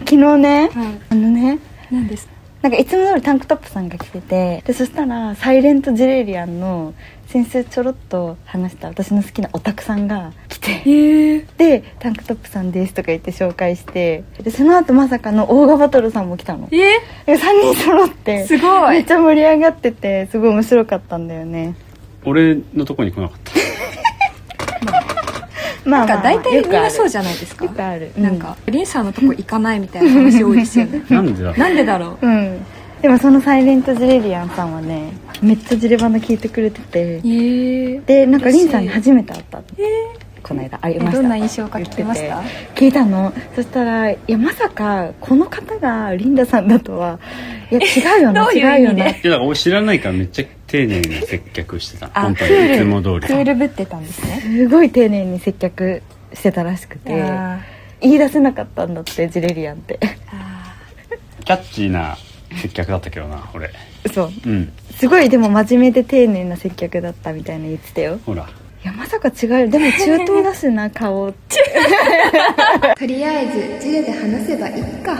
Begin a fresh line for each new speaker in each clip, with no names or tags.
昨日ね、
はい
あのね
なんです
なんかいつも通りタンクトップさんが来ててでそしたらサイレントジレリアンの先週ちょろっと話した私の好きなオタクさんが来て
へえ
で「タンクトップさんです」とか言って紹介してでその後まさかのオーガバトルさんも来たの
え
3人揃って
すご
めっ
い
ちゃ盛り上がっててすごい面白かったんだよね
俺のとこに来なかった
ま
な
あ
んか大体みんなそう
じ
じゃないですか
よくある
なんかリンさんのとこ行かないみたいな話多いですよ ね
なんでだ
なんでだろ
ゃんうんでもそのサイレントジレリアンさんはねめっちゃジレバナ聞いてくれてて
うへえ
でなんか
嬉し
リ
い
ンさんに初めて会ったって
え
この間会いました
どんな印象か聞きまし
言
た
ってて聞いたのそしたらいやまさかこの方がリンダさんだとはいや違うよな
どうい
違う
う意味で
よない
やだから俺知らないからめっちゃ丁寧に接客してた
あ
本当にいつも通
クー
り
ルぶってたんですね
すごい丁寧に接客してたらしく
あ
て
ー
言い出せなかったんだってジレリアンって
あ
キャッチーな接客だったけどな俺
そう
うん
すごいでも真面目で丁寧な接客だったみたいな言ってたよ
ほら
いやまさか違うよでも中東だし な顔って
とりあえずジレで話せばいいか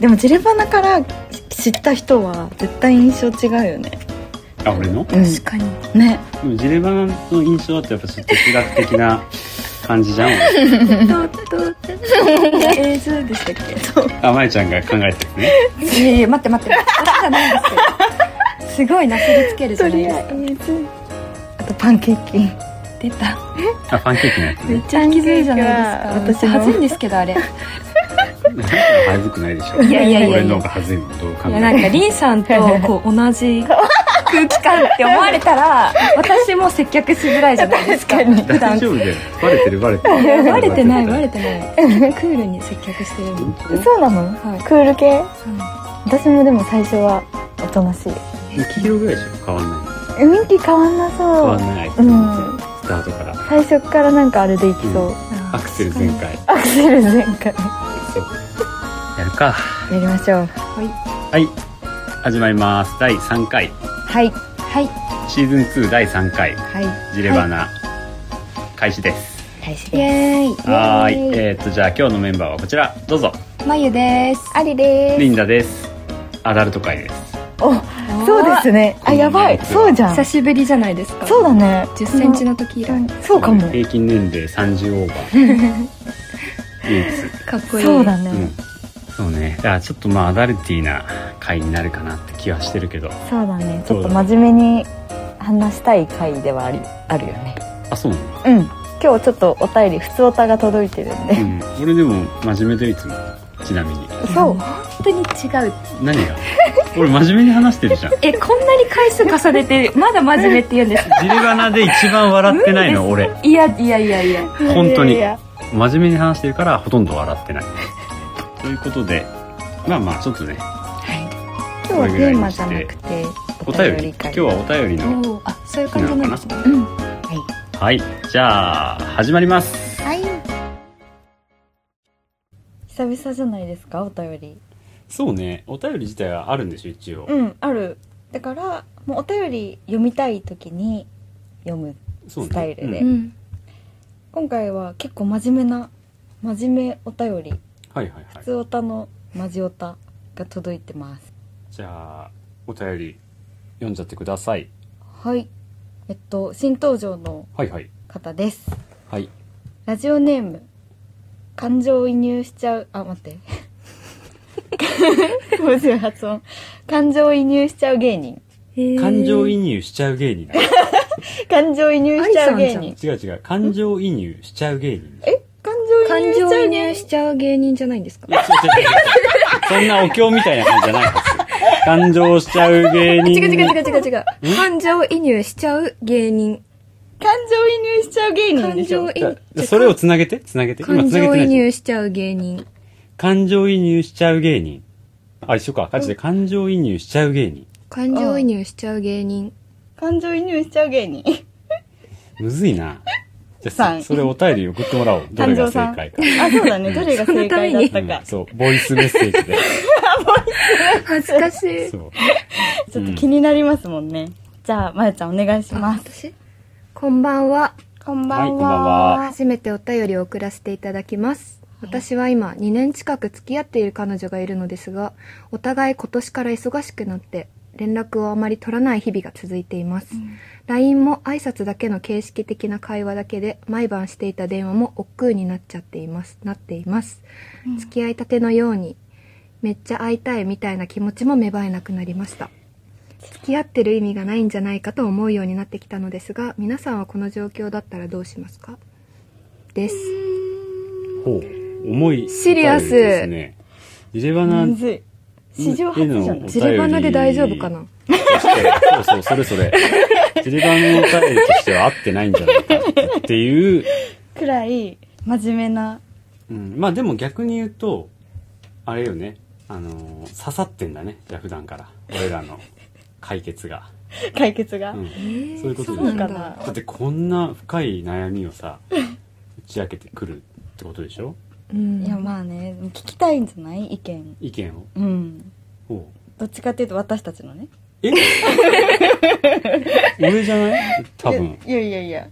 でもジレバナから知った人は絶対印象違うよね
あ俺の
うん
ー確かに
ね
でもジレバナの印象だとやっぱちょっと哲学的な感じじゃん俺
映像でしたっけ
あまえちゃんが考えてるね
いやいや待って待って私じゃないんですけど すごいなすりつけるじゃないですか
えずあとパンケーキ
出た
あパンケーキのやつ
め
ね
っちゃ気づいじゃないですか私
私の
恥ずいんですけどあれい
恥ずくないでしょ
いやいやいやいや
俺の方が恥ずいもんどう考
やなん
え
かリンさんとこう同じ空気感って思われたら私も接客しづらいじゃないですか
確かに
ても
普段
大丈夫だよバレてるバレてる
いやバレてないバ
バレ
レてないクールに接客してるの、うん
てる
そうなの、
はい
クール系私もでも最初はおとなしい
黄色ぐらいでしょ変わんない
えミキ変わんな
変
そ
わ
うん
ないス
うん
タートから
最初からなんかあれでいきそう、
うんアクセル全開
アクセル全開
やるか
やりましょう
はい始まります第3回
はい
はい
シーズン2第3回
はい
ジレバナ、開始です
開始
イ
で
エーイ
はーいえー、っとじゃあ今日のメンバーはこちらどうぞ
まゆです
すありで
リンダですアダルト会です
すおそうですねあやばいそうじゃん
久しぶりじゃないですか
そうだね
1 0ンチの時以来、
そうかも
平均年齢30オーバー唯一
かっこいい
そうだ
う
ね
んそうねだからちょっとまあアダルティーな回になるかなって気はしてるけど
そうだねち
そ
ょ
う
っ
だ
と
ね
真面目に話したい回ではありあるよね
あそうなの、
うん今日ちょっとお便り普通おたが届いてるん
う
で
ん、俺でも真面目でいつもちなみに
そう
本当に違う
何が 俺真面目に話してるじゃん
えこんなに回数重ねてまだ真面目って言うんです
ジレバナで一番笑ってないの俺
いやいやいやいや
本当に
いやいや
真面目に話してるからほとんど笑ってないということでまあまあちょっとね
今日はテーマじゃなくて
お便り今日はお便りの
おーあそういう感じなんですね
はいじゃあ始まります
はい久々じゃないですかお便り
そうねお便り自体はあるんでしょ一応、
うんあるだからもうお便り読みたい時に読む
そうね
スタイルで
う
うんん
今回は結構真面目な真面目お便り
はいはいは
普
い
通おたのマジおたが届いてます
じゃあお便り読んじゃってください
はいえっと新登場の
はいはい
方です
はい
ラジオネーム感情移入しちゃうあ待って面白い発音感情移入しちゃう芸人
感情移入しちゃう芸人だ
感情移入しちゃう芸
アリ
人
違う違う感情移入しちゃう芸人
え感情移
感
入しちゃう
情移
芸人
入しちゃう芸人じゃないんですか
いや違う違う違う そんなお経みたいな感じじゃないはず。感情しちゃう芸人。
違う違う違う違う違う感情移入しちゃう芸人
感情移入しちゃう芸人
感
でしょ
情移入
じゃあそれをつなげて、つなげて。今
感
つなげ
情
てな
移
いでしょ。
入しちゃう芸人
感情移入しちゃう芸人。あ、一緒か。ガチで感情移入しちゃう芸人。
感情移入しちゃう芸人
感情移入しちゃう芸人
むずいな。じゃ
さ
あ、
ん
そそれお便り送ってもらおう。どれが正解か。
あそうだねどれが正解だっ
う
た
ん
か、
そう、ボイスメッセージで。
恥ずかしい
そう。
ちょっと気になりますもんね、じゃあまゆちゃんお願いし
あ
ます
私こんばんは
こん
ばんははいこんばんは
初めてお便りを送らせていただきます私は今2年近く付き合っている彼女がいるのですがお互い今年から忙しくなって連絡をあまり取らない日々が続いています、LINE も挨拶だけの形式的な会話だけで毎晩していた電話も億劫になっちゃっていますなっています、付き合いたてのようにめっちゃ会いたいみたいな気持ちも芽生えなくなりました付き合ってる意味がないんじゃないかと思うようになってきたのですが皆さんはこの状況だったらどうしますかです
ほう重い
シリアス
お便りですねジレバナ
むずい史上初じゃない
ジレバナで大丈夫かな
としてそうそうそれそれジレバナのお便りとしては合ってないんじゃないかっていう、
くらい真面目な
うん、まあでも逆に言うとあれよねあのー刺さってんだねじゃあ普段から俺らの解決が、
解決が、
うん、
えー
そういうこと
そう
な
か
ん
な
だってこんな深い悩みをさ打ち明けてくるってことでしょ
うん
いやまあね聞きたいんじゃない意見
意見を
うん
ほう
どっちかっていうと私たちのね
え俺じゃない多分
いやいやいや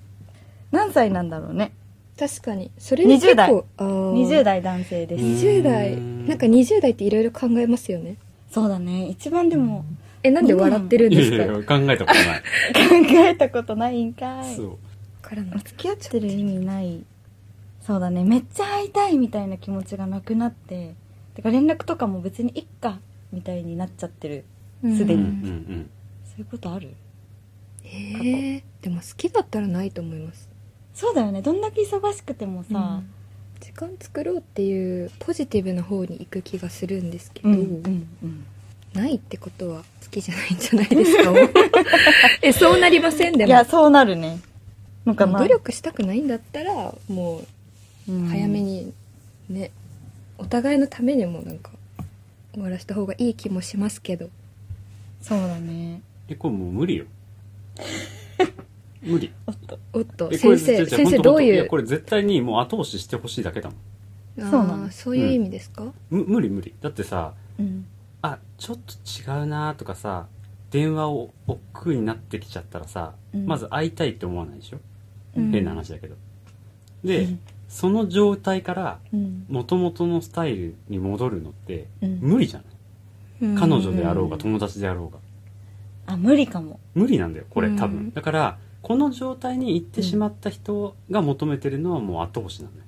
何歳なんだろうね
確かにそれで結
20代
構あー
20代男性です、
20
う
代
ん
なんか20代っていろいろ考えますよね
そうだね一番でも
えなんで笑ってるん
い
で
や
す
い
か
やいや考えたことない、
考えたことないんかい
そう
からな
付き合ってる意味ないそうだねめっちゃ会いたいみたいな気持ちがなくなっててか連絡とかも別にいっかみたいになっちゃってるすで
うん
に
うん
そういうことある
えーでも好きだったらないと思います
そうだよねどんだけ忙しくてもさ、
時間作ろうっていうポジティブな方に行く気がするんですけど、
うんうんうん
ないってことは好きじゃないんじゃないです かえそうなりませんで
い
も
やそうなるねのかな
努力したくないんだったらもう早め
に
にね、お互いのためにもなんか終わらした方がいい気もしますけど
そうだね
えこれもう無理よ無理
おっと
おっと
えこれ
先生
じゃあじゃ
先
あ
生
ほんと
どうい
ほんとや
う
これ絶対にもう後押ししてほしいだけだもん
あー
そうなの
そういう意味ですか、
む無理無理だってさ
うん
あちょっと違うなとかさ電話を億劫になってきちゃったらさ、
うん
まず会いたいって思わないでしょ、
うん
変な話だけどで、その状態から
うん
元々のスタイルに戻るのって
うん
無理じゃない、
うん
彼女であろうが
ん
友達であろうが
あ無理かも
無理なんだよこれ多分、
うん
だからこの状態に行ってしまった人が求めてるのはもう後押しなんだよ、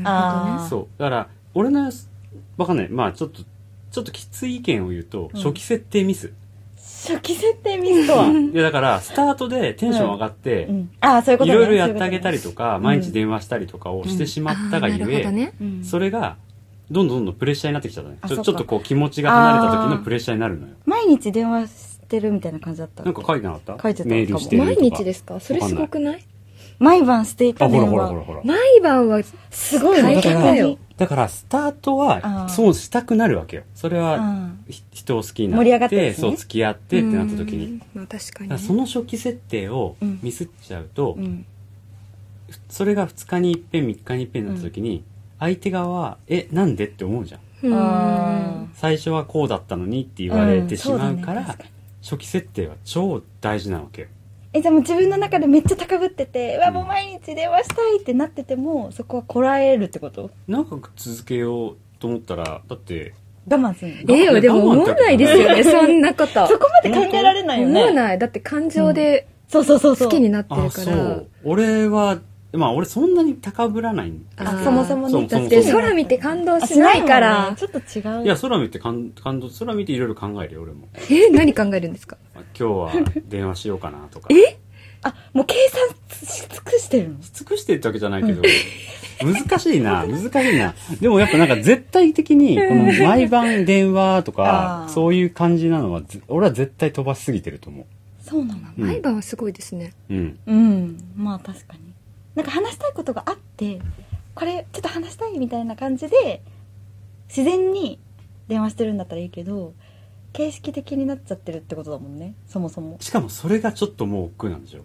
なる
あー
そうだから俺のわかんないまあちょっとちょっときつい意見を言うと、
うん
初期設定ミス
初期設定ミスとは、う
いやだからスタートでテンション上がって、
ん、ああそういうこと
い
ね
ろいろやってあげたりとか、
ん
毎日電話したりとかをしてし
ほどね
まったがゆ
あーなる
え、
ほど
そういう
ね
ことねうん
それがどんどんどんどんプレッシャーになってきちゃったね
あ
ちょ
そっ
ち
か
ょっとこう気持ちが離れた時のプレッシャーになるのよ
毎日電話してるみたいな感じだった
なんか書いてなかった
書いてたのかも
メールしてると
毎
か
日ですかそれすごくない
毎晩していた
あほ
電
ら
話
ほらほらほら
毎晩は
すごいね
大変だよ
だからスタート
あ
は
ー
そうしたくなるわけよそれ
だからう
は
ん
ひ人を好きになっ
盛
て
り上がったやつね
そう付き合ってってなった時
う
に
んまあ確か
だ
に
から
ね
その初期設定を
うん
ミスっちゃうと、
うん
それが2日に一遍3日に一遍になった時に、相手側は「えなんで?」って思うじゃん
うん
あ
最初はこうだったのにって言われてしまうから、
んそだね確かに
初期設定は超大事なわけよ
えじゃあもう自分の中でめっちゃ高ぶっててうわもう毎日電話したいってなっててもそこはこらえるってこと
長く続けようと思ったらだって
我慢するの
え
ええよでも思わないですよねそんなこ と
そこまで考えられないよ
思わ
ね
ないだって感情で
そうそうそうそう
好きになって
あ
るか
そ
ら、
う俺はまあ俺そんなに高ぶらないんだけど
あ
そもそもね
そうそ
だ
も
って
そも
空見て感動
あ
しないか
もん
ら
ねちょっと違う
いや空見て感感動空見ていろいろ考えるよ俺も
え何考えるんですか
あ今日は電話しようかなとか
え
あもう計算し尽くしてるの
し尽くしてるってわけじゃないけど、難しいな、難しいな。でもやっぱなんか絶対的に、この毎晩電話と
あ
か
ー、
そういう感じなのは、ず俺は絶対飛ばしすぎてると思
そうなの
う。うん
毎晩はすごいですね
うん。
うんまあ確かになんか話したいことがあってこれちょっと話したいみたいな感じで自然に電話してるんだったらいいけど形式的になっちゃってるってことだもんねそもそも
しかもそれがちょっともう億劫なんでしょ。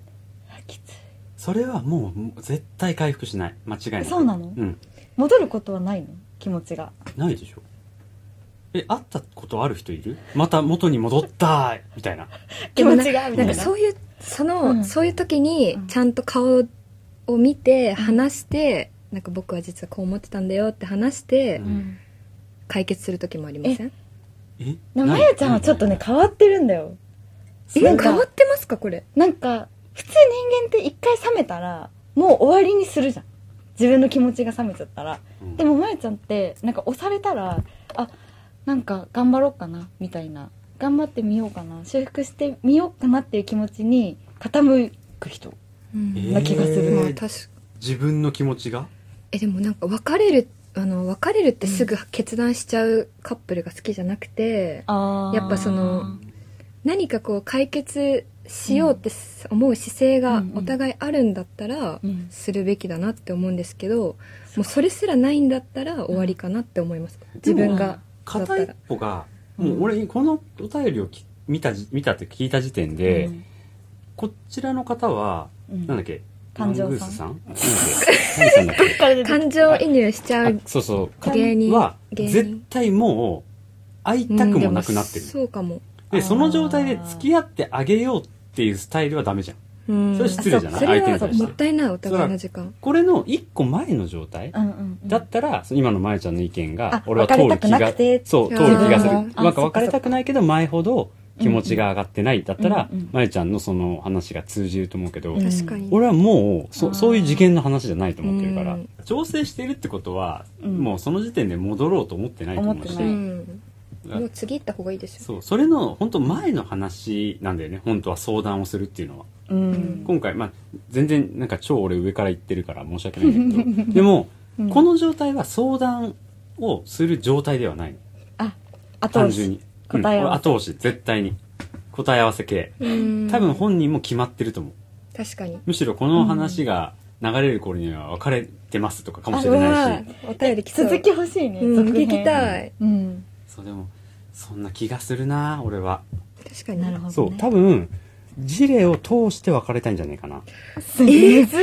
あきつい
それはもうもう絶対回復しない。間違いない。
そうなの
うん。
戻ることはないの気持ちが
ないでしょ。え、会ったことある人いるまた元に戻ったーみたいな。
気持ちが
で
みたい
もなな
なん
かそういうその、
うん
そういう時に
うん
ちゃんと顔を見て話して、なんか僕は実はこう思ってたんだよって話して
うん
解決する時もありません
え
でもまやちゃんはちょっとね変わってるんだよ
え
なん
変
か
わってますかこれ
なんか普通人間って一回冷めたらもう終わりにするじゃん自分の気持ちが冷めちゃったらで
も
もまやちゃんってなんか押されたらあなんか頑張ろうかなみたいな頑張ってみようかな修復してみようかなっていう気持ちに傾く人
うん
な気がする
まあ確か
自分の気持ちが
えでもなんか別れるあの別れるってすぐ決断しちゃうカップルが好きじゃなくて
あ
やっぱその何かこう解決しようってす思う姿勢が
うんうん
お互いあるんだったら
うん
するべきだなって思うんですけどもうそれすらないんだったら終わりかなって思います自分がだった
片一
ら
歩がもう俺このお便りをき見たじ見たって聞いた時点で、
うん
こちらの方は
うん
なんだっけ
感情さん
マングースさんなんだっけ何さんだっ け
彼で
感情移入しちゃ
あ
う
そうそう
芸人
は
芸人
絶対もう会いたくもなくなってる、
うんでもそうかも
でその状態で付き合ってあげようっていうスタイルはダメじゃん
うん
それ
あ
は失礼じゃな
そ
い
それ
相手に
は
対して
もったいないお互いの時間
これの一個前の状態
うんうんうん
だったらその今のまゆちゃんの意見
あ
が俺は通
別
る気
れたくな
が
くて
そう
あー
通る気がする
あ
なんか
そっか
別れたくないけど前ほど気持ちが上がってないだったら
うんうん
まゆちゃんのその話が通じると思うけど
うん
確かに
俺はもう
あ
そ
ー
そういう次元の話じゃないと思ってるか
う
ら
ん
調整してるってことは
うん
もうその時点で戻ろうと思ってないと思う
思
し
って
う
ない
んもう次行った方がいいでしょ
そうそれの本当前の話なんだよね本当は相談をするっていうのは
うん
今回、まあ、全然なんか超俺上から言ってるから申し訳ないんだ けどでも、
うん
この状態は相談をする状態ではない
あ後
単
押
純
し
に
答え合わせ
うん俺後押し絶対に答え合わせ系
うん
多分本人も決まってると思う
確かに
むしろこの話が流れる頃には別れてますとかかも
あ
し
う
れ
わ
ないし
ーお便り来そう
続き欲しいね
うん
続編
聞きたい
うん
そうでもそんな気がするな俺は
確かに
なるほ
そ
ど
う
ね
多分事例を通して別れたいんじゃないかな
すげえず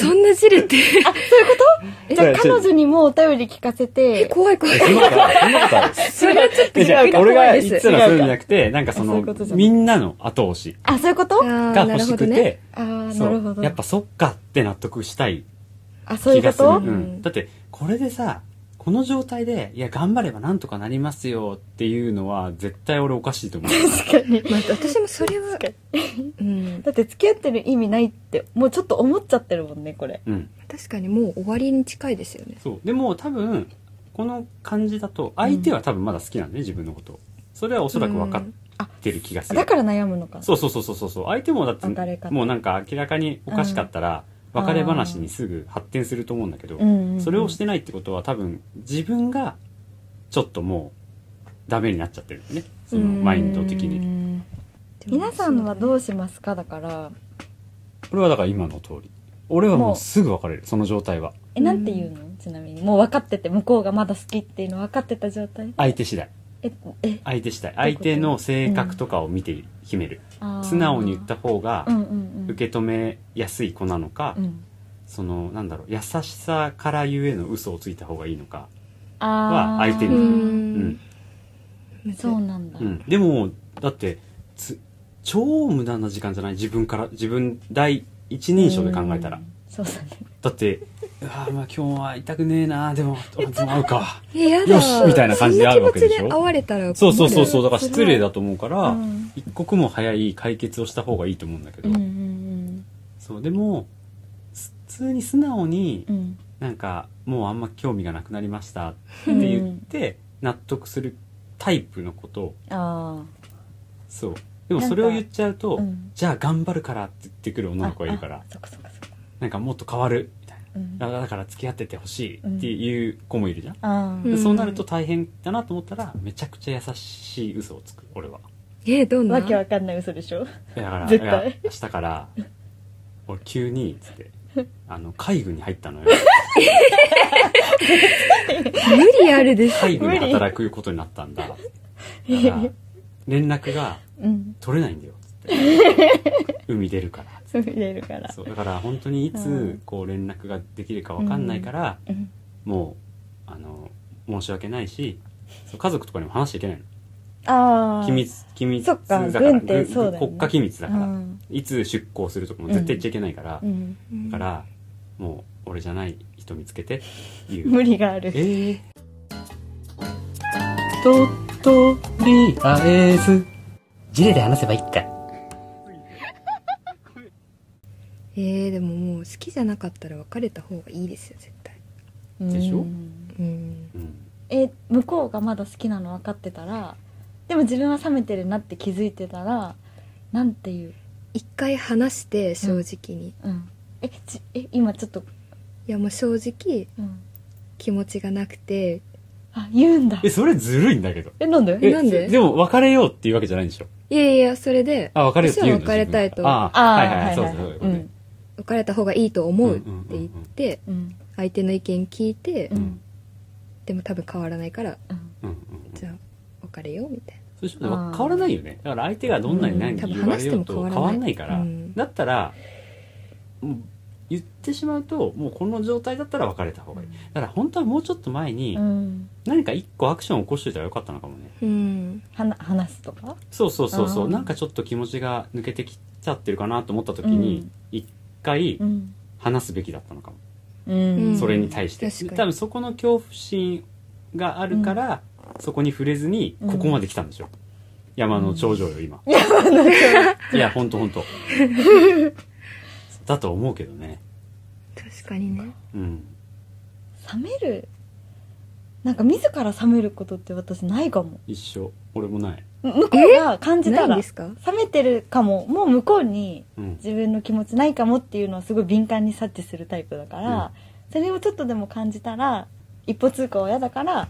そんなじれて
じゃあ彼女にもお便り聞かせ
え
て
怖い怖い
そんなことあるそんなこ とある
それはちょっと
えじゃあ
逆に
俺
怖
が
い
言
で
っ
す
てたらそういうんじゃなくてなんかそ
あそう
の
いうことじゃない
みんなの後押し
あそういうこと
あー
が
な
欲
る
し
ほ
く
ど
て、
ね
ああ
そ
な
う
るほど
やっぱそっかって納得したい
あそうい
気
う
が
こ
する
と
う、
うんん
だってこれでさこの状態でいや頑張ればなんとかなりますよっていうのは絶対俺おかしいと 思う
確かに
まあ、私もそれは
確かに
うん、
だって付き合ってる意味ないってもうちょっと思っちゃってるもんねこれ
うん
確かにもう終わりに近いですよね
そうでも多分この感じだと相手は多分まだ好きなんで、自分のことをそれはおそらく分かってる気がする、
だから悩むのか
そうそうそうそうそうそう相手もだって
別れ方
もうなんか明らかにおかしかったら
うん
別れ話にすぐ発展すると思うんだけど、
うんうんうん
それをしてないってことは多分自分がちょっともうダメになっちゃってるよねそのマインド的に
に皆さんはどうしますかだから
俺はだから今の通り俺はもうすぐ別れるその状態は
えなんて言うのちなみにもう分かってて向こうがまだ好きっていうの分かってた状態
相手次第
ええ
相手次第相手の性格とかを見て決める、素直に言った方が
うんうんうん
受け止めやすい子なのか、
うん
そのなんだろう優しさからゆえの嘘をついた方がいいのか
あ
は
ー
相手
う
に
ん、うん、
そうなんだ
うん、でもだってつ超無駄な時間じゃない自分から自分第一人称で考えたら
うんそうだね
だって「ああまあ今日は痛くねえな でもあでも会うか
えやだ
よしみたいな感じで会うわけでしょ
そんな気持ちで会われたら困」る
そうそうそうそう
な
だ
る
から失礼だと思うから、
うん
一刻も早い解決をした方がいいと思うんだけ
う
ど、
んうん
そうでもす普通に素直に
うんうん
なんかもうあんま興味がなくなりましたって言って納得するタイプのことを
あ
そうでもそれを言っちゃうと、
あうん
じゃあ頑張るからって言ってくる女の子がいるから
ああそっかそっかそっか
なんかもっと変わるみたい
うん
なだだから付き合っててほしいっていう子もいるじゃん、
あ
う
で
ん
そうなると大変だなと思ったらめちゃくちゃ優しい嘘をつく俺は
えどん
あ
な
わけわかんない嘘でしょ
だから
絶対
いや明日から俺急に つってあの海軍に入ったのよ
無理あるです
海軍で働くことになったんだだから連絡が
うん
取れないんだよ つって海出るから
そう入れるから
そうだから本当にいつ
ん
こう連絡ができるかわかんないから、
うん
もうあの申し訳ないしそう家族とかにも話しちゃいけないの
ああ
機密機密
そっ
だから
か軍って
軍
そうだよね
国家機密だか
う
ら、
ん
いつ出航するとかも絶対言っちゃいけないから
う、ん
だからもう俺じゃない人見つけてっていう
無理がある
ええととりあえずジレで話せばいいか
えー、でももう好きじゃなかったら別れた方がいいですよ絶対
でしょ
うん
うん
うん
え向こうがまだ好きなの分かってたらでも自分は冷めてるなって気づいてたらなんていう、
一回話して正直に、い
うん、えちえ今ちょっと、
やもう正直
うん、
気持ちがなくて
あ言うんだ
えそれずるいんだけど
えなん
え
で
なんで
でも別れようっていうわけじゃないんでしょ
いやいやそれで
あ別れ
私
ようって
は
言うんだ
別れたい
自
と
分からああはいはいそうそ
う
うそうい
ん
別れた方がいいと思うって言って、
うん
相手の意見聞いて、
う
うんん
でも多分変わらないから
うん
うんうん
じゃあ別れようみたい
そうし変わらないよねだから相手がどんなに何
うん多分
言われよう
話
と
しても変わ
変わ
ら
ら
な
ないいから
うん
だったらもう言ってしまうともうこの状態だったら別れた方がいいだから本当はもうちょっと前に
うん
何か一個アクションを起こしていたらよかったのかもね
なうん
はな話すとか
そうそうそうそ
あ
う
ー
なんかちょっと気持ちが抜けてきちゃってるかなと思った時に一回
うん、
話すべきだったのかも、
うん、
それに対して
確かに
多分そこの恐怖心があるから、そこに触れずに
うん
ここまで来たんでしょ、山の頂上よ今、いやほんとほんとだと思うけどね
確かにね
うん
冷めるなんか自ら冷めることって私ないかも
一緒俺もない、
向こうが感じ
な
た
いん
ら
ですか
冷めてるかももう向こうに
うん、
自分の気持ちないかもっていうのをすごい敏感に察知するタイプだから、それをちょっとでも感じたら一歩通行は嫌だから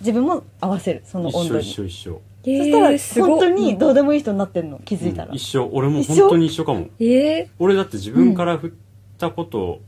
自分も合わせるその
一
温
緒
度
一
に
緒一緒
え
そしたら本当にどうでもいい人になってんの気づいたら、
うん一緒俺も
一緒
本当に一緒かも
ええ
俺だって自分から振ったこと、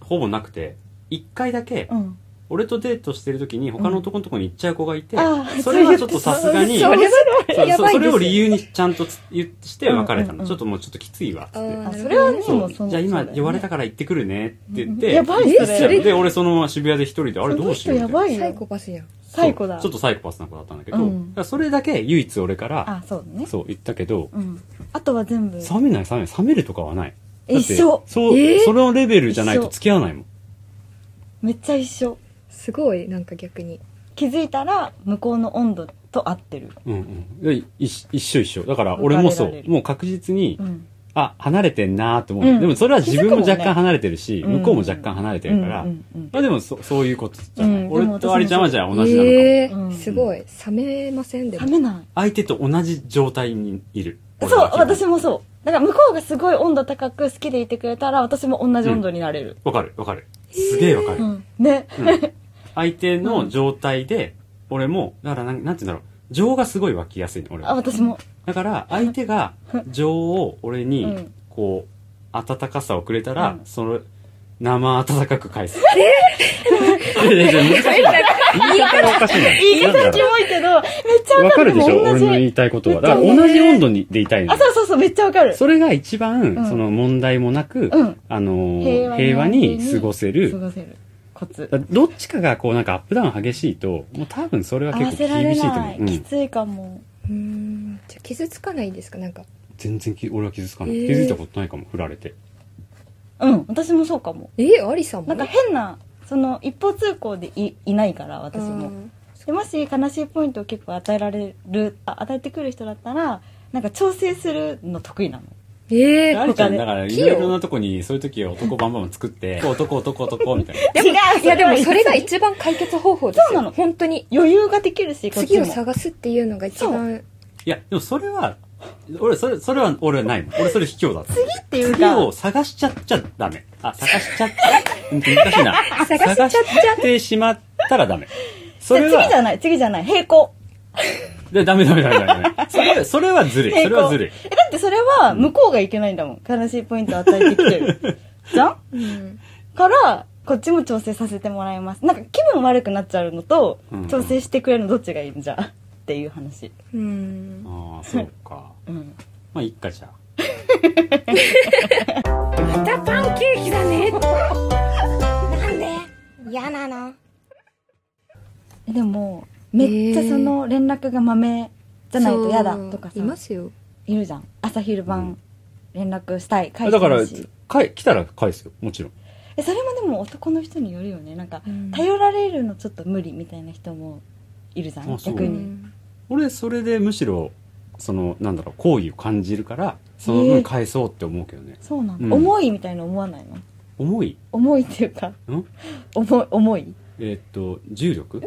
ほぼなくて一回だけ、
うん
俺とデートしてる時に他の男のとこに行っちゃう子がいて、
あー
それはちょっとさすがに
そ
そう
れは
そう
やばいですよ
それを理由にちゃんとつ言ってして別れ
うん
たの、
うんうん
ちょっともうちょっときついわっつって、
あ
あそれはね
ー
そ
も
う
うその
じゃあ
そ
今
うだよね
言われたから行ってくるねって言って、
やばいそ
え
れ
それ
で俺そのまま渋谷で一人であれ
そ
ど
の
うし
人
ようみ
やば
たいな
い
サイ
よ
コパスやん
サイコだ
そうちょっとサイコパスな子だったんだけど、
うん
だからそれだけ唯一俺から
あそうね
そう言ったけど
うんあとは全部
冷めない冷めない冷めるとかはないだって
一緒
そう、
えー
そのレベルじゃないと付き合わないもん
めっちゃ一緒
すごいなんか逆に
気づいたら向こうの温度と合ってる
うんうんい一一緒一緒だから俺も
別れ
そ
られ
う
る
もう確実に、
うん
あ離れてんなーって思う、
うん
でもそれは自分も若干離れてる
気づ
し、
くもんね
向こうも若干離れてるから、
うんうん
まあでもそそういうことじゃない、
うんでも
俺とアリちゃんはじゃあ同じなのかも、
ええ
うん
すごい冷めませんで
うん冷
も
めない
相手と同じ状態にいる
そう私
も
もそうだから向こうがすごい温度高く好きでいてくれたら私も同じ温度になれる、
わかるわかるすげえわか
う
る、
ん、ね
うん相手の状態で俺もだからなんなんて言うんだろう情がすごい湧きやすいの俺
あ
は
私も
だから相手が情を俺
う
に
ん
こう温かさをくれたら、
うん
その生温かく返すえいやいやいや難しいな言い方がおかしいな
言い
なんだろ
方
う
キモいけどめっちゃ
わ
わ
か
か
る
る
でしょ
もん
俺の
同
言
じ
いたいことは。
めっ
だ
ちゃ
から同じ温度にでいたいの
あ
よ。
そうそうそうめっちゃわかる
それが一番、
うん
その問題もなく、
うん
あのー平
平
和
和
に過ごせ
過
る。
ごせるコツ
だどっちかがこうなんかアップダウン激しいと、もう多分それは
合
結
わ
構
せられ
厳しいと
な
思
い、
う。う
き
ん、
ついかも
うーんじゃあ傷つかないですかなんか
全然き俺は気づかない。
えー
気づいたことないかも、振られて。
うん私もそうかも
ええアリさんも
なんか変なその一方通行でいいないから私も
うん
でもし悲しいポイントを結構与えられるあ与えてくる人だったらなんか調整するの得意なの
ええ
あれちゃんだから、いろいろな
器
とこに、そういう時は男バンバン作って、男男男みたいな。
違う
用いやでもそれが
一
一番解決方法ですよ
そうなの
本当に
余裕ができるしこっち
次
も
を探すっていうのが一番
いや、でもそれは、俺、それ、それは俺はないもん。俺それ卑怯だった。
次っていう
次
か
を探しちゃっちゃダメ。あ、探しちゃっちゃ、うん難しいな。
探しちゃっちゃ
探してしまったらダメ。それ
次じゃ
は、
ない次じゃない平行
でダメダメダメダメダメ。それ、それはずるい。そ
平
れ
行
はずるい。
えだってそれは向こうがいけないんだもん悲しいポイントを与えてきて るじゃん
うん
からこっちも調整させてもらいますなんか気分悪くなっちゃうのと
うん
調整してくれるのどっちがいいんじゃっていう話
うん
ああ、そうか。
うん
まあ、いっかじゃあ。
えでもめっちゃその連絡がマメじゃないと嫌だとか
そ
さ
ういますよ
いるじゃん朝昼晩連絡したい返
あ
して
だから
ほしい、
かい来たら返すよ。もちろん。
えそれもでも男の人によるよねなんか
うん
頼られるのちょっと無理みたいな人もいるじゃん
あそう
逆
う
に
ん
俺それでむしろそのなんだろう好意を感じるからそ
え
の
ー
分返そうって思うけどね、
そうなんだ、
うん
重いみたいな思わないの
重い
重いっていうか
ん
重い重い
えーっと重 力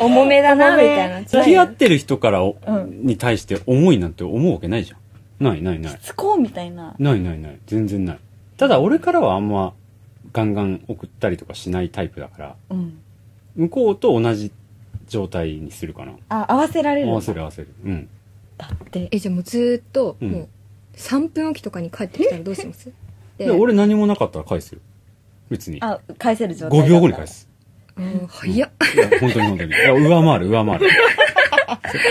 重めだな、
重
み
め
たいな。
付き合ってる人からお、
うん
に対して重いなんて思うわけないじゃんないないない
つこうみたいな
ないないない全然ないただ俺からはあんまガンガン送ったりとかしないタイプだから
うん
向こうと同じ状態にするかな
あ合わせられる
合
ん
わ
だ
せる合わせるうん
だって
えじゃあもうずーっと
うん
もう3分おきとかに帰ってきたらどうします
で俺何もなかったら返すよ別に
あ返せる状態
5秒後に返す
うん早っ
いや本当に本当にいや上回る上回る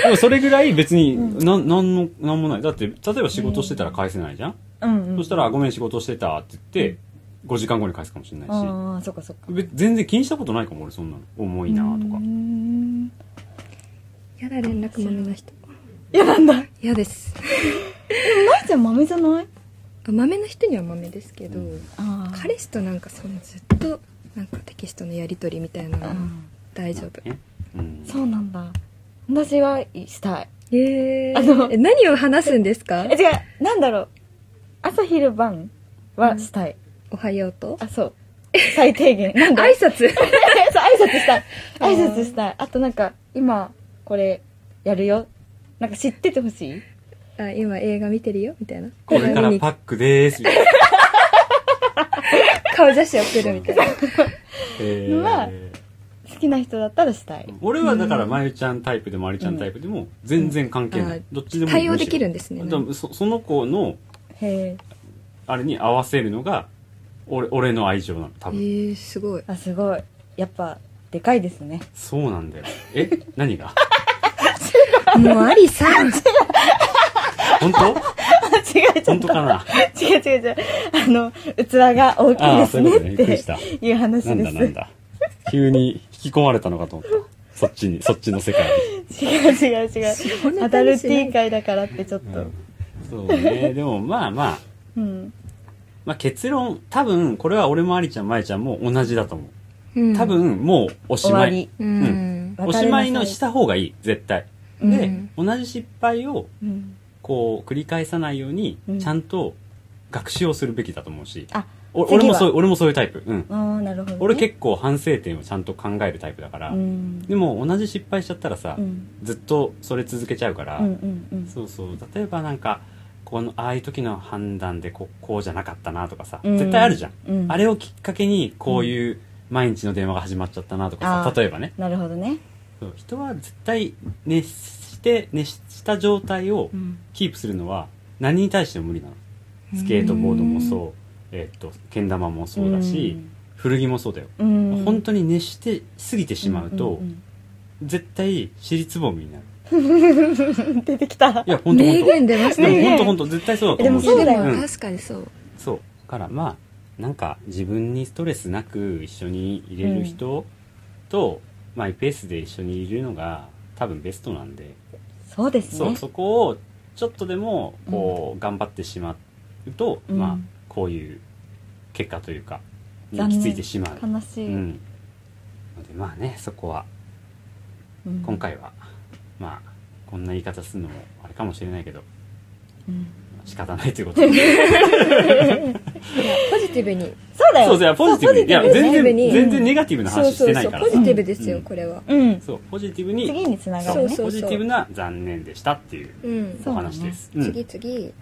でもそれぐらい別に、なん、なんのなんもないだって例えば仕事してたら返せないじゃん、
うん、うん、
そしたら「ごめん仕事してた」って言って5時間後に返すかもしれないし、
ああそっかそっか
べ全然気にしたことないかも俺そんなの重いなとか
うーん
やだ連絡豆の人
いやなんだ
嫌です
なイちゃん豆じゃない
あ豆の人には豆ですけど、
うん
あー
彼氏となんかそのずっとなんかテキストのやり取りみたいなの
う
は
ん
大丈夫
ねうん
そうなんだ私はしたい
え
あの
ー、え何を話すんですか
え違うなんだろう朝昼晩はしたい、
おはようと
あそう最低限なんだ
挨 拶
そう挨拶したい
あ
挨
ー
拶したいあとなんか今これやるよなんか知っててほしい
あ今映画見てるよみたいな
これからパックでーすみたいな
顔写真送るみたいな
え
のは
ー
好きな人だったらしたい
俺はだからまゆちゃんタイプでもありちゃんタイプでも全然関係な
う
い
ん
どっちでも
対応できるんですね
むしろだからそその子の
へえ
あれに合わせるのが俺俺の愛情なの多
え
分
ー、すごい
あすごいやっぱでかいですね
そうなんだよえ何が
もうありさん
本当
違うちょっ
本当
と
かな
違う違う違うあの器が大きい
あ
で
あそ
す
ういう
ね
ことねびっくりし
ったていう話
なん
で
だ
す
なんだ急に引き込まれたのかと思ったそっちにそっちの世界に
違う違う違
下ネタにしな
う
い
アダルティー会だからってち ょっ
う
と
んそうねでもまあまあ
うん
まあ、結論多分これは俺もありちゃんまえちゃんも同じだと思
うん
う多分もうおし
終
ま
わ
い、
り
うん、
わ
おしまいのした方がいい絶対
うん
で、同じ失敗を
うん
こう繰り返さないように
うん
ちゃんと学習をするべきだと思うし、
あ
お
次は
俺もそう俺もそういうタイプ、うん、
あーなるほどね
俺結構反省点をちゃんと考えるタイプだから、
うん
でも同じ失敗しちゃったらさ、
うん
ずっとそれ続けちゃうから、
うんうんうん
そうそう例えばなんかこのああいう時の判断でここうじゃなかったなとかさ、
うん
絶対あるじゃん、
うん
あれをきっかけにこういう毎日の電話が始まっちゃったなとかさ
あ、ー
例えばね
なるほどね
そう人は絶対熱して熱した状態を
うん
キープするのは何に対しても無理なのスケートボードもそうえっとけん玉もそうだし、古着もそうだよ、
うんうん、
本当に熱して過ぎてしまうと、
ん
絶対尻つぼみになる
うんうん出てきた
いや本当
名
本当
言出ます
で
ね
も
ね
本当本当絶対そうだと
で
思
も
う
そうだよ
ん
確かにそう
そうだからまあなんか自分にストレスなく一緒にいれる人と、マイペースで一緒にいるのが多分ベストなんで、
そうです
そう
ね
そこをちょっとでもこう、頑張ってしまうと、
うん
まあこういう結果というかに
残念
行き着いてしまう、
悲し
う
い、
ん、のでまあねそこは
うん
今、回は、まあこんな言い方するのもあれかもしれないけど
うん
仕方ないということで
ポジティブに
そうだよ
そうそう、ポジティブに。いや、
ポ
全
ジティブ
然、
に
全然ネガティブな
そう
話し
そう
てない
そう
から
ポジティブですよ、
うん
これは
うん
そう、ポジティブ
次
に、
につなが
そ
る
う
ね
そう
ポジティブな残念でしたっていう
うん
そ
お
うだね
話です。うん
次次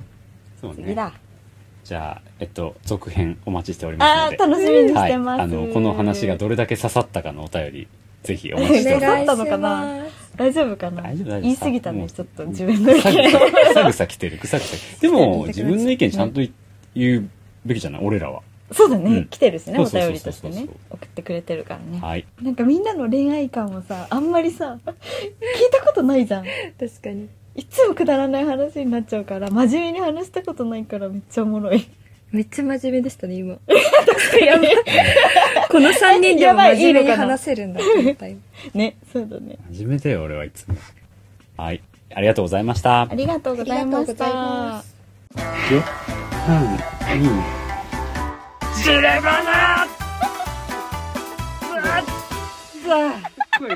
そう
次
ね。
だ
じゃあ、えっと、続編お待ちしておりま
あー
すので。
楽しみに し
はい、
て
あ
ます、
の、この話がどれだけ刺さったかのお便り、ぜひお待ち
お
しておりま
願い
す。
します大丈夫かな
大丈夫大丈夫
言い過ぎた
う
ね
ん
ちょっと自分の意
ぐさぐ
見を
さぐさぐさ来てる、ぐさぐさ来てる。でも、自分の意見ちゃんとい言うべきじゃない、俺らは。
そうだね、
うん
来てるしね
そう
お
そうそうそう
便りとしてね送ってくれてるからね
はい。
なんかみんなの恋愛観もさあんまりさ聞いたことないじゃん
確かに
いつもくだらない話になっちゃうから真面目に話したことないからめっちゃおもろい
めっちゃ真面目でしたね 今やばいこの3人でも真面目に話せるんだと思った今
ねそうだね
初めてよ、俺はいつも。はい。ありがとうございました
あ。りがとうございました
よ、うん、うん。
次
声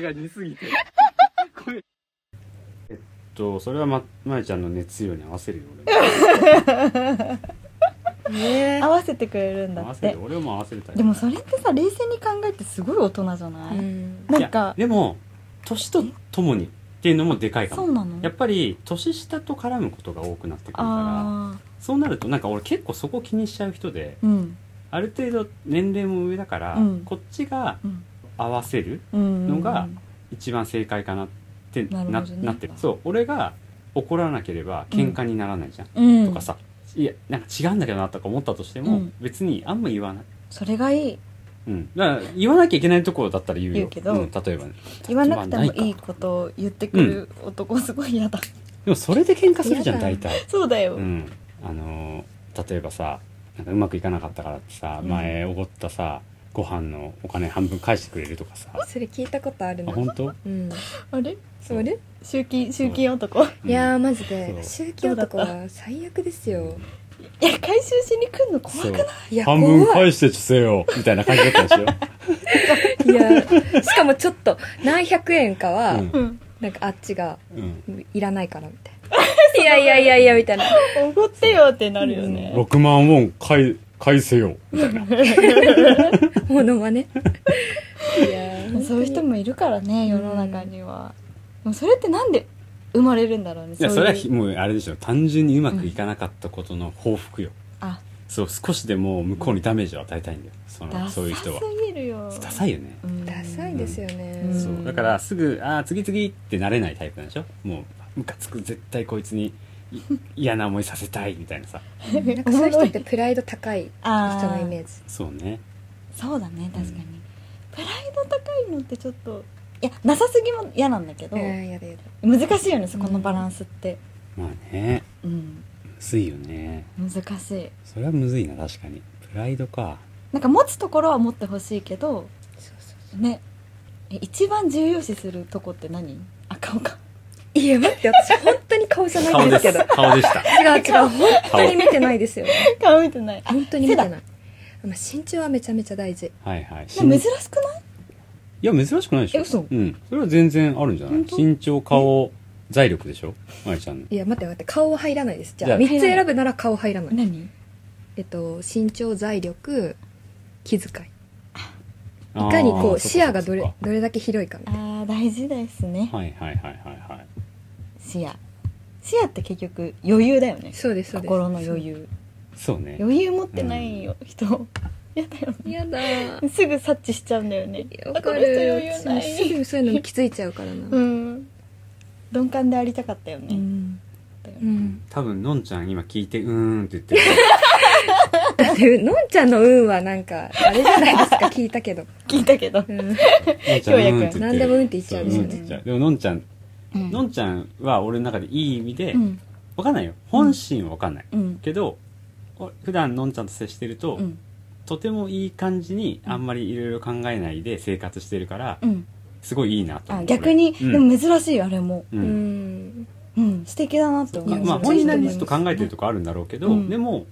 が似すぎて声えっとそれはままゆちゃんの熱量に合わせるよ
え
合わせてくれるん
俺
だ
も合わ
っ
せ
て
る俺も合わせるタイプ
でもそれってさ冷静に考えてすごい大人じゃない、
うん
なんか
いやでも年とともにっていうのもでかいか
そ
も
うなの
やっぱり年下と絡むことが多くなってくるから
あ
そうなるとなんか俺結構そこ気にしちゃう人で
あうん
ある程度年齢も上だから、
うん
こっちが
うん
合わせる
うん
のが一番正解かなってな
なるほどね
なってるそう俺が怒らなければ喧嘩にならないじゃん、
うん
とかさいやなんか違うんだけどなとか思ったとしても、
うん
別にあんま言わない、
それがいい
うん、だから言わなきゃいけないところだったら言うよ
言うけど
うん、例えばね
言わなくてもいい
か
ことを言ってくる男すごい嫌だ、
でもそれで喧嘩するじゃ
嫌
ん
だ
大体
そうだよ、
うん、あのー例えばさなんかうまくいかなかったからってさ、
うん
前おごったさご飯のお金半分返してくれるとかさあ
それ聞いたことあるな
本当
うん
あれ
それ
集金集金男
うん
いやーマジで
そ
宗教男は最悪ですよ
いや回収しに来んの怖
そう
くない
いや
半分
怖い
返してちせよみたいな感じだったんです
い
よ、
やしかもちょっと何百円かは、
うん
うん
なんかあっちが
うん、
いらないからみた いないやいやいやいやみたいな
おごってよってなるよね、
6万ウォン返返せよみたいな
ものはねいやー
そういう人もいるからね世の中には、でもそれってなんで生まれるんだろうね
いや
う
そうれはひもうあれでしょ単純にうまくいかなかったことの報復よ、
あ
そう少しでも向こうにダメージを与えたいんだよそ
ダ
の
サ
そういう人は
すぎるよ
ダサいよね、
うん
ダサいですよね、
うん
そうだからすぐ「ああ次々」ってなれないタイプなんでしょもうムカつく絶対こいつに い嫌な思いさせたいみたいなさ
なんかそういう人ってプライド高い
あ
人
ー
のイメージ
そうね
そうだね確かに、プライド高いのってちょっといやなさすぎも嫌なんだけど、
うんやだやだ
難しいよねそこのバランスって
まあね
うん、
むずいよね
難しい
それはむずいな確かにプライドか
なんか持つところは持ってほしいけど
そうそうそ
ねえ一番重要視するとこって何あ顔か
ういや待って私本当に顔じゃない
顔
んで
です
け
す
ど
顔でした
違う違う本当に見てないですよ
顔見てないあ
本当に見てない
背だ、
まあ、身長はめちゃめちゃ大事
はいはい
でも珍しくない
いや珍しくないでしょ
え嘘
うんそれは全然あるんじゃない
本当
身長顔財力でしょまゆちゃんの
いや待って待って顔は入らないですじゃ
じゃ
あ
あ
3つ選ぶなら顔入らない
何
えっと身長財力気遣いいかにこ
あー
う視野がど
そっ
れ
か
どれだけ広いかみたいな
あー大事ですね
そっかはいはいはいはいはい
視野視野って結局余裕だよね
そうですそうです
心の余裕
そうね
余裕持ってないよ、人 やだよ
やだ
ねすぐ察知しちゃうんだよね
わか
あこの人
る
余裕
私
な
もす
い
ぐそういうのに気づいちゃうからな
うんん鈍感でありたかったよ
う
ね、
ん、うん、
多分のんちゃん今聞いてうーんって言ってる
だって のんちゃんの運はなんかあれじゃないですか聞いたけど、
聞いたけど
うん、
のんちゃん
今日やく
うんって言ってる
何でもうんって言っちゃうでしょ
んって言
ね
っちゃうでものんちゃん、
うん
のんちゃんは俺の中でいい意味で、
うん
わかんないよ本心はわかんない、
うん
けどお普段のんちゃんと接してると、
うん
とてもいい感じにあんまりいろいろ考えないで生活してるから、
うん
すごいいいなと思
あ
う
逆に、
うん
でも珍しいあれも
う
うんん
うん素敵だなって思
ま
う
あ
いや
まあ
めっちゃ
本
いいと思いま
人なりにち
す
ょっと考えてるとこあるんだろうけど、
うん
でも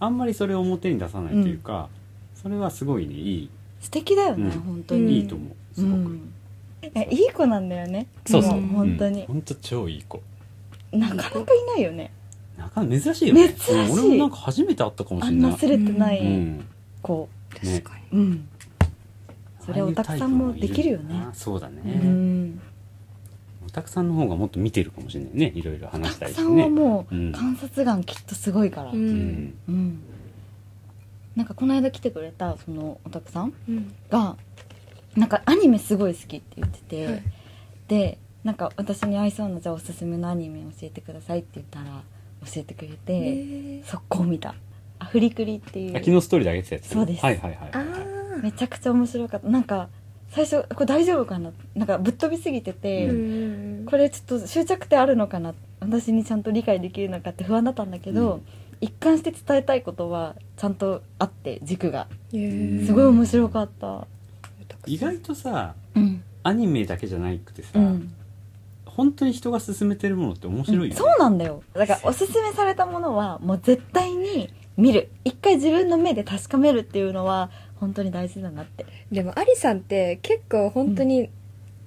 あんまりそれを表に出さないというか、それはすごいねい
素敵だよね、
うん
本当
い、
に、
いいと思うすごく、
うんいやいい子なんだよね
そうそう
も本当に
うん、、本当超いい子
なかなかいないよね
なかなか珍しいよね
珍しい
うん俺もなんか初めて会ったかも
あ
しれ
ん
ない
なすれてない
うん
子
確かに、
うん、それはオタクさんもできるよね
ああいうタイプもいるんだなそうだね、
うん、
オタクさんの方がもっと見てるかもしれないねいろいろ
た
話した
く
りし
さ
て
んは
ね
も
う
うん観察眼きっとすごいから、
う
うん
ん
なんかこの間来てくれたそのオタクさん
うん
がなんかアニメすごい好きって言ってて、
はい
でなんか私に合いそうなじゃあおすすめのアニメ教えてくださいって言ったら教えてくれて、
えー
速攻見たあフリクリってい
あ昨日
う
ストーリーで上げてたやつ
そうです
はいはいはい
あ
はいはい
ー
めちゃくちゃ面白かったなんか最初これ大丈夫かななんかぶっ飛びすぎてて、
うん
これちょっと終着点あるのかな私にちゃんと理解できるのかって不安だったんだけど、
うん
一貫して伝えたいことはちゃんとあって軸が
うん
すごい面白かった
意外とさ
うん、
アニメだけじゃなくてさ、
うん
本当に人が勧めてるものって面白いよね、
そうなんだよだからおすすめされたものはもう絶対に見る一回自分の目で確かめるっていうのは本当に大事だなって
でもアリさんって結構本当に、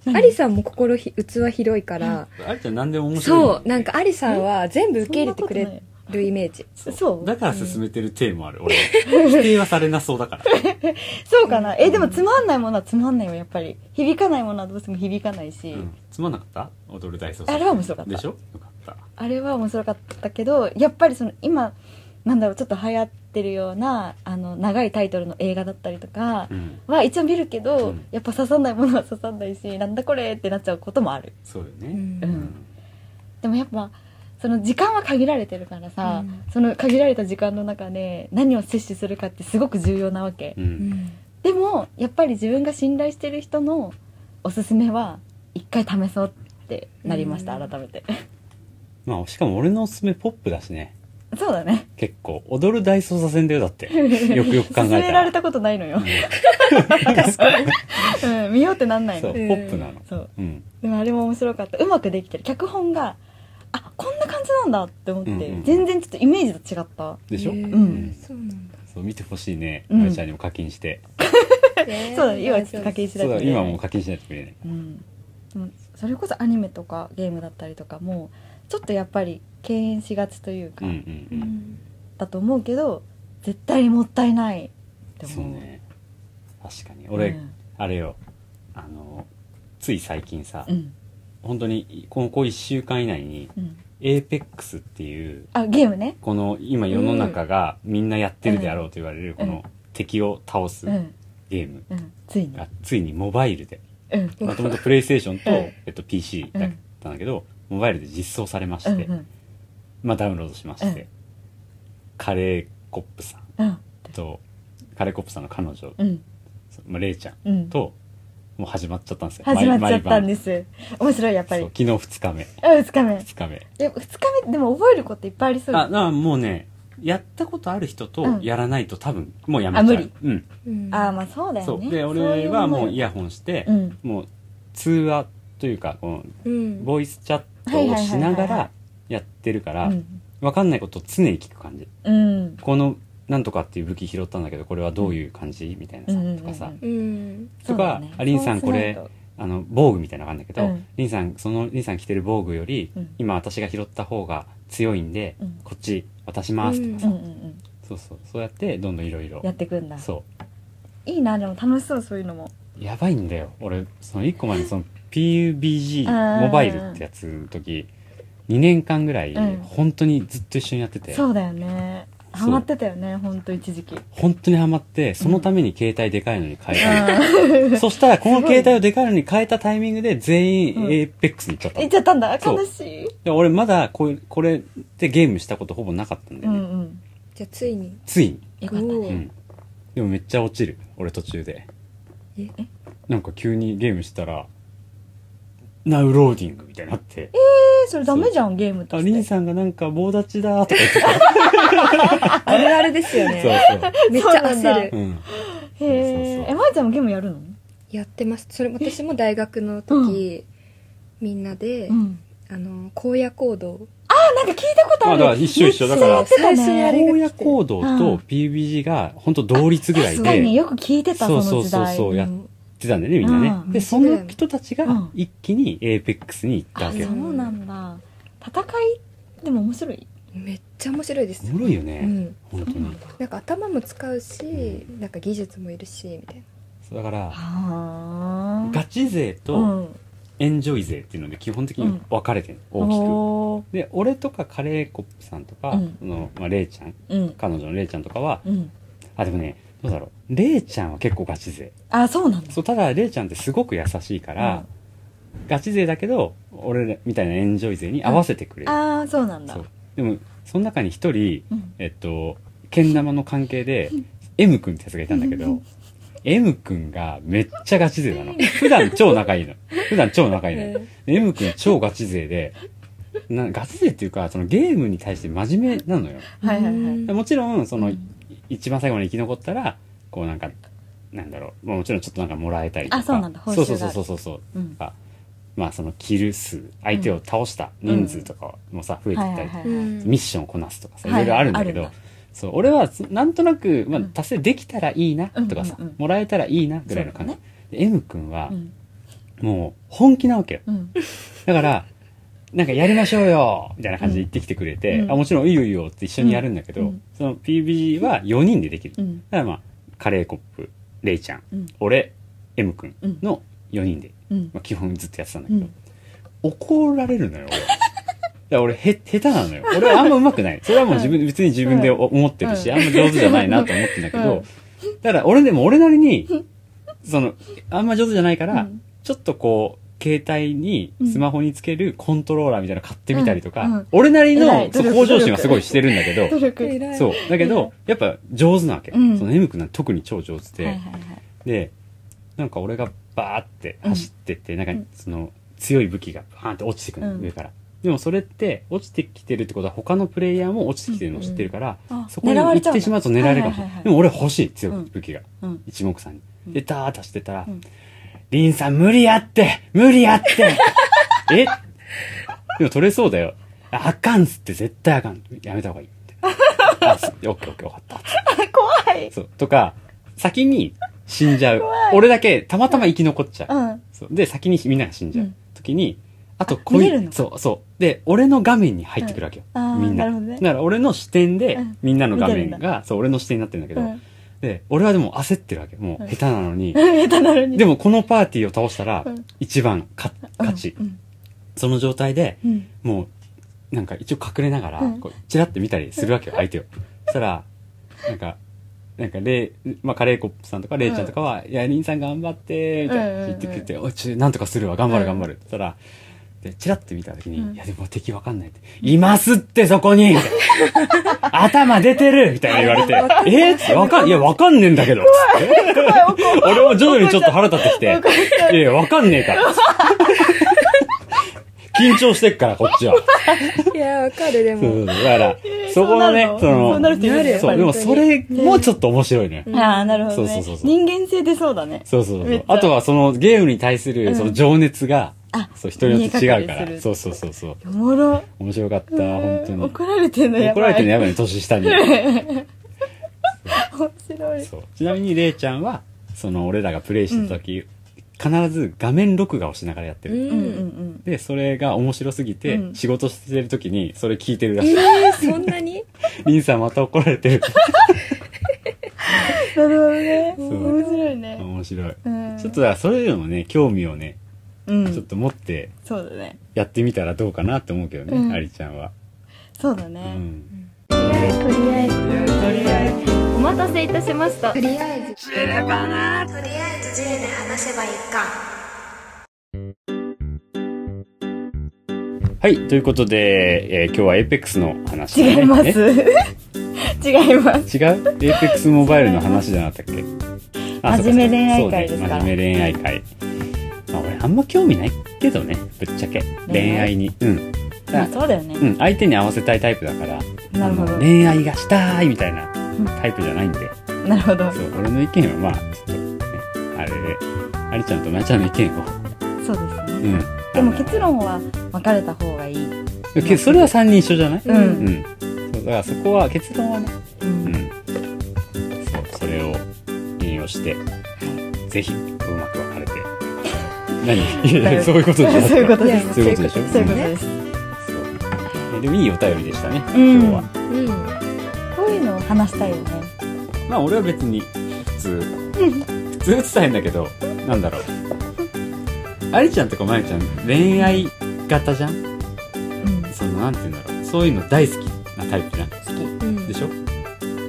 何
アリさんも心ひ器広いから、
あれちゃん何でも面白いもん
そ
ね
うなんかアリさんは全部受け入れてく
そんな
れ
こ
るイメージ
とないそう
だから進めてるテーマある、俺否定はされなそ うだから
そうかなえでもつまんないものはつまんないよやっぱり響かないものはどうしても響かないし、
うんつまんなかった踊る大捜査
あれは面白かった
でしょよかった
あれは面白かったけどやっぱりその今なんだろうちょっと流行ってるようなあの長いタイトルの映画だったりとか
うん
は一応見るけど、
うん
やっぱ刺さんないものは刺さんないしなんだこれってなっちゃうこともある、
そうよ
う
ね、
ん
うんでもやっぱその時間は限られてるからさ、
うん
その限られた時間の中で何を摂取するかってすごく重要なわけ、
うん
うん
でもやっぱり自分が信頼してる人のおすすめは一回試そうってなりました、
うん
改めて
まあしかも俺のおすすめポップだしね
そうだね
結構踊る大捜査線だよだって よくよく考
勧
えたら
められたことないの ようん、見ようってなんない
そう
のそう
う
ポ
ん
ップなのうん
でもあれも面白かったうまくできてる脚本があこんな感じなんだって思って、
うんうん
全然ちょっとイメージと違った
でしょ、
へー
うん
そうなんだ
そう見てほしいね、
うん
あやちゃんにも課金して
そうだね今ちょっと
か
駆け石
そ
だ
う
け
だ
ど
今はもう課金しないと見れない
うん、でもそれこそアニメとかゲームだったりとかもちょっとやっぱり敬遠しがちという
う
か、
んうん
う
うん、
ん
だと思うけど絶対にもったいないって思う
そうね確かに俺、
うん
あれよあのつい最近さ、
うん
本当にこのこう1週間以内に
うん、
APEX っていう
あゲームね
この今世の中がみんなやってるであろうと言われるこ
うん
の敵を倒す
うん
ゲーム
うんついに
がついにモバイルで
うん
もともとプレイステーションと、
うん
えっと、PC だったんだけど、モバイルで実装されま
う
し
ん
て、
うん
まあ、ダウンロードしまして、
うん
カレーコップさん
うん
とカレーコップさんの彼女、
うん
まあ、レイちゃん
うん
ともう始まっちゃったんですよ
始まっちゃったんですす面白いやっぱり
そう
うん
昨日2日目
2日目
2日目
え2日目でも覚えることいっぱいありそう
あ
あ
なもうねやったことある人
う
と
ん
やらないと多分もうやめちゃ
あ
う、
無理
うん
うん
あーまあそうだ
そ
よ
う
ね
で
そい
俺はもうイ
思い
ヤホンして、
うん
もう通話というかこの
うん
ボイスチャットをしながらやってるから
うん
分かんないことを常に聞く感じ
うん
このなんとかっていう武器拾ったんだけどこれはどういう感じみたいなさ、
うんうんうんうん
とかさ
うん
そうだよね
とかありんさん
そうしないと
こあの防具みたいなのがあるんだけど、
うん
リンさんそのリンさん着てる防具より、
うん
今私が拾った方が強いんで、
うん
こっち渡しますとか
う
さ、
んうんうん
そうそうそうやってどんどんいろいろ
やってくんだ
そう
いいなでも楽しそうそういうのも
やばいんだよ俺その1個前にその PUBG
あー
モバイルってやつの時2年間ぐらい
うん
本当にずっと一緒にやってて、
そうだよね
そう
ハマってたよね本当一時期
本当にハマってそのために携帯でかいのに変えたの、 そしたらこの携帯をでかいのに変えたタイミングで全員
うん
APEX に行っちゃったの、
行っちゃったんだ
そう
悲しい
で俺まだこうこれでゲームしたことほぼなかったんだ
う
よね、
んうん
じゃあついに
ついに、
よかったね
おー
うんでもめっちゃ落ちる俺途中で
え
なんか急にゲームしたらナウローディングみたいになって
えそれダメじゃんゲームと
あ、
し
リン
て
さんがなんか棒立ちだとか言ってた。
あるあるですよ
そう
ね
そう。
めっちゃ
そうなんだ
焦る
うん。
へええまいちゃんもゲームやるの
やってますそれ私も大学の時みんなで
うん
あの荒野行動
あなんか聞いたことあ
ま
る
だ一緒一緒。だか
や
ら
っ、てたね
最初にあれ
荒
が
野
来て
行動と PUBG が本当同率ぐらい
確かに
で、
よく聞いてたそ
そ
の
うそ
時
うそう
代
そう、やってたんだよね、みんな
うん
ね。で、その人たち
うん
が一気に APEX に行った
あ
わ
そ
けよ。
うなんだ戦いでも面白い
めっちゃ面白いです
おもろいよ
う
ね。
ん
本当に。
なんか頭も使うしなんか技術もいるしみたいな
そうだから、
は
ガチ勢とエンジョイ勢っていうので基本的に分かれてる、大きく。
大
で、俺とかカレーコップさんとか、
うん
その、まあ、レイちゃん、
きくうん
彼女のレイちゃんとかは、
うん
あ、でもね、どうだろう。レイちゃんは結構ガチ勢。
あそうなんだ
そうただレイちゃんってすごく優しいから、ガチ勢だけど俺らみたいなエンジョイ勢に合わせてくれる、
ああそうなんだ
そうでもその中に一人
うん
えっとけん玉の関係で M 君ってやつがいたんだけど M 君がめっちゃガチ勢なの普段超仲いいの普段超仲いい
う
の、
ん
M 君超ガチ勢でなガチ勢っていうかそのゲームに対して真面目なのよ
はいはいはい
うん
でもちろんその、
うん
一番最後まで生き残ったらこうなんかなんだろうまあもちろんちょっとなんかもらえたりとか
あそうなんだ報酬
そう
が
そうそうそうそうそう
うん
あまあそのキル数相手を倒した人数とかもさ、増えていったりとか、
はいはいはい
うん
ミッションをこなすとかさい
は
ろ
い
いろあるんだけど、
あるんだ
そう俺はつなんとなく、まあ
うん、
達成できたらいいなとかさ、
うんうんうん
もらえたらいいなぐらいの感じ、
そう
で M 君は
う、ん
もう本気なわけよ
うん
だからなんかやりましょうよみたいな感じで言ってきてくれて、
うん
あもちろんいいよいいよって一緒にやるんだけど、
うんうん
その PBG は4人でできる、
うん
だからまあカレーコップレイちゃん、
うん
俺 M 君の4人で、
うん
まあ、基本ずっとやってたんだ
う
けど、
ん
怒られるのよ俺 だから俺へ下手なのよ俺はあんま上手くないそれはもう自分、別に自分でお思ってるし、あんま上手じゃないなと思ってんだけど、だから俺でも俺なり にそのあんま上手じゃないから、
うん
ちょっとこう携帯に
うん
スマホにつけるコントローラーみたいなの買ってみたりとか、
うんうん
俺なり
偉
の
い努
そう
力
向上心はすごいしてるんだけど
努力
そうだけどやっぱ上手なわけ、
うん
その M 君なんて特に超上手で、
はいはいはい
でなんか俺がバーって走ってって、なんかその強い武器がバーンって落ちてくるの、
うん
上からでもそれって落ちてきてるってことは他のプレイヤーも落ちてきてるのを知ってるから、
あ
そこに
狙わ
行
れちゃ
っ
うん
て
だ
しまうと狙えるかもし
はいはい
れない,、
はいはい
でも俺欲しい強い武器が、
うん
一目散に
うん
でダーッと走ってったら「
うん
リンさん無理やって無理やって えでも取れそうだよああかんっつって絶対あかんやめた方がいいってあすオッケーオッケー分かった
怖い
そう。とか、先に死んじゃう。俺だけたまたま生き残っちゃう。
うん
そうで、先にみんなが死んじゃう。
うん
時に、あと
見れるの
そう、そう。で、俺の画面に入ってくるわけよ。
うんあー
みんな。
なるほどね
だから俺の視点で
うん、
みんなの画
見
面
てるん
が、そう、俺の視点になってるんだけ
う
ど、
ん
で、俺はでも焦ってるわけ。も
う
うん下手なのに。
下手なのに
でもこのパーティーを倒したら
うん、
一番勝勝ち
う。ん
その状態で、
うん
もう、なんか一応隠れながら
うん、
こう、チラって見たりするわけよ、相手を。そしたら、なんか、なんか、レイ、まあ、カレーコップさんとか、レイちゃんとかは、いや、リンさん頑張って、みたいな言ってくれて、おい、ちょ、なんとかするわ、頑張る頑張る。そしたら、で、チラって見たときに、
うん
いや、でも敵わかんないって、いますって、そこにみたいな頭出てるみたいな言われて、え ーってわかん、いや、わかんねえんだけど。つって俺も徐々にちょっと腹立ってきて、いやいや、わかんねえから。緊張してっから、こっちは。
いや、わかる、で
そうそうそ
も。
うだから、そ
そう
こ
な
の
る
ね
の、
そ
そうなる
の、
人いるよ
そう、でもそれもちょっと面白いね。
ああなるほど
そうそう
ね
そうそう
人間性出そうだね
そうそうそ
めっ
う
ち。ゃ
あとはそのゲームに対するその情熱が
あ、
そう、人によって違う
見
か
え隠れす
ら。そ
る
うそうそうそう。
おもろ
面白かった、本当に。
怒られてんのや
怒
ばい
られてるのやばいね、年下に。
面白い
そう。ちなみに、れいちゃんは、その俺らがプレイしてた時、必ず画面録画をしながらやって
う。
る。
うんうんうんん
で、それが面白すぎて、
うん
仕事してる時にそれ聞いてるら
え
しい。
ー、そんなに
リンさんまた怒られてる。
なるほどね
う
面白いね
面白い。
うん
ちょっとだからそれでもね、興味をね、
うん
ちょっと持って
そうだね
やってみたらどうかなって思うけどね、
うん
ありちゃんは。
そうだ
う
ね
ん。
お待たせいたしました
とりあえず。
とりあえず J で話せばいいか。
はい、ということで、えー今日は APEX の話、ね。
違います
え
違います
違う ?APEX モバイルの話じゃなかったっけあ
真面目恋愛
そうか
会ですから
そうね真面目恋愛会。まあ俺あんま興味ないけどね、ぶっちゃけ。
恋愛
恋愛に。うん。
まあそうだよ
う
ね
ん、相手に合わせたいタイプだから、
なるほ
あの
ど
恋愛がしたいみたいなんタイプじゃないんで、
なるほど
そう、俺の意見はまあ、ちょっとね、あれで、ありちゃんとなちゃんの意見を。
そうです
う
ね
ん。
でも結論は別れた方がいい
あのけそれは3人一緒じゃない
うん
うそうだからそこは結論はね、
う
うんん、そうそれを引用してぜひうまく分かれ て何い やいやそういうことじゃなくて
そういうことです
そういうことでしょ
そういうことです
そうえでもいいお便りでしたね、
うん
今日は
うん。
こういうのを話したいよね
まあ俺は別に普通普通って言ったら変だけどなんだろうありちゃんとかまゆちゃん恋愛型じゃん
うん好
そのなんて言うんだろうそういうの大好きなタイプじゃん
き
うん
で。しょ、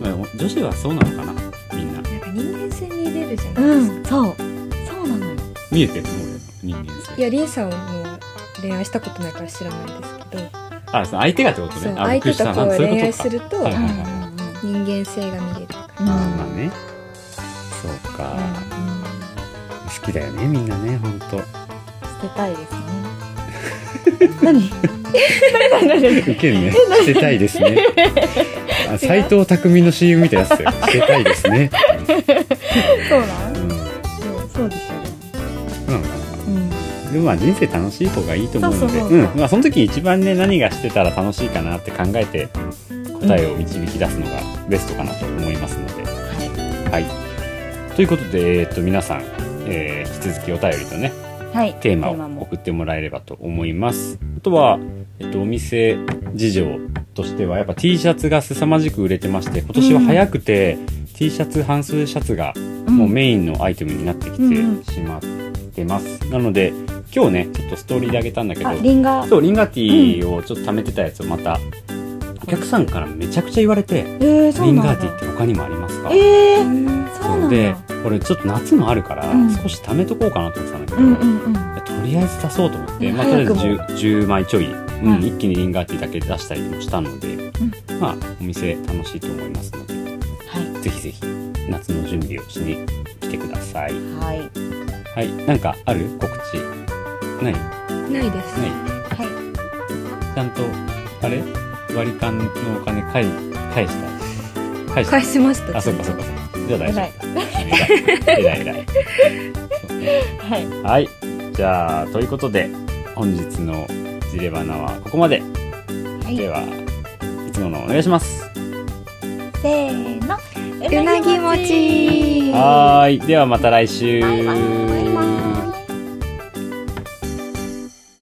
まあ女子はそうなのかなみん
な
な
んか人間性に出るじゃないですか。
うんそうそうなのよ
見えてるの俺の人間
い
性
や、りんさんはもう恋愛したことないから知らないですけど、
あその相手がってことね
そう、
あびっ
相
くり
手
した
とこう
そういうこと
恋
か
愛すると
は、いはい
人間性が見れるから。
うん
あまあねそうか、好きだよねみんなね本当
捨てたいですね何何何何
ウケるね捨てたいですね斎藤匠の CM みたいなやつだよ捨てたいですね
そうなん
うん
そうそうですよね
そうなのか
うん
なでもまあ人生楽しい方がいいと思うので
そうそうそうそう
うんまあ、その時一番ね何がしてたら楽しいかなって考えて答えを導き出すのがベストかなと思いますので、はい、ということで、えっと皆さん、えー引き続きお便りとね
はい
テーマ
テーマ
を
も
送ってもらえればと思いますあとは、えっと、お店事情としてはやっぱ T シャツが凄まじく売れてまして今年は早くて、T シャツ半数シャツがもうメインのアイテムになってき
うんうん
てしまってます、なので今日ねちょっとストーリーであげたんだけど
あリンガー
そうリンガティーをちょっと貯めてたやつをまた、お客さんからめちゃくちゃ言われて
えー、
リ
そう
ン
な
ガ
ん
ティーっ
だ
て他にもありますか
えー、そうなん
で
だ
これちょっと夏もあるから、
うん
少し貯めとこうかなと思ってたんだけ
う
ど、
んうんうん
とりあえず出そうと思って、
うん
まあ、とりあえず
早
10, 10枚ちょい、うん
はい
一気にリンガーティーだけ出したりもしたので、まあお店楽しいと思いますので
は
ぜひぜひ夏の準備をしに来てください
いはい
はいなんかある告知ないない
ないです。
はい
ちゃんとあれ割り勘のお金返返した返した
返しました。
あそっかそっかじゃあ大丈夫偉い偉い偉いそうね
はい
はい。じゃあ、ということで、本日のジレバナはここまで。
い
では、いつものお願いします。
せーの
うなぎもち。
はーい。ではまた来週。
バイバイ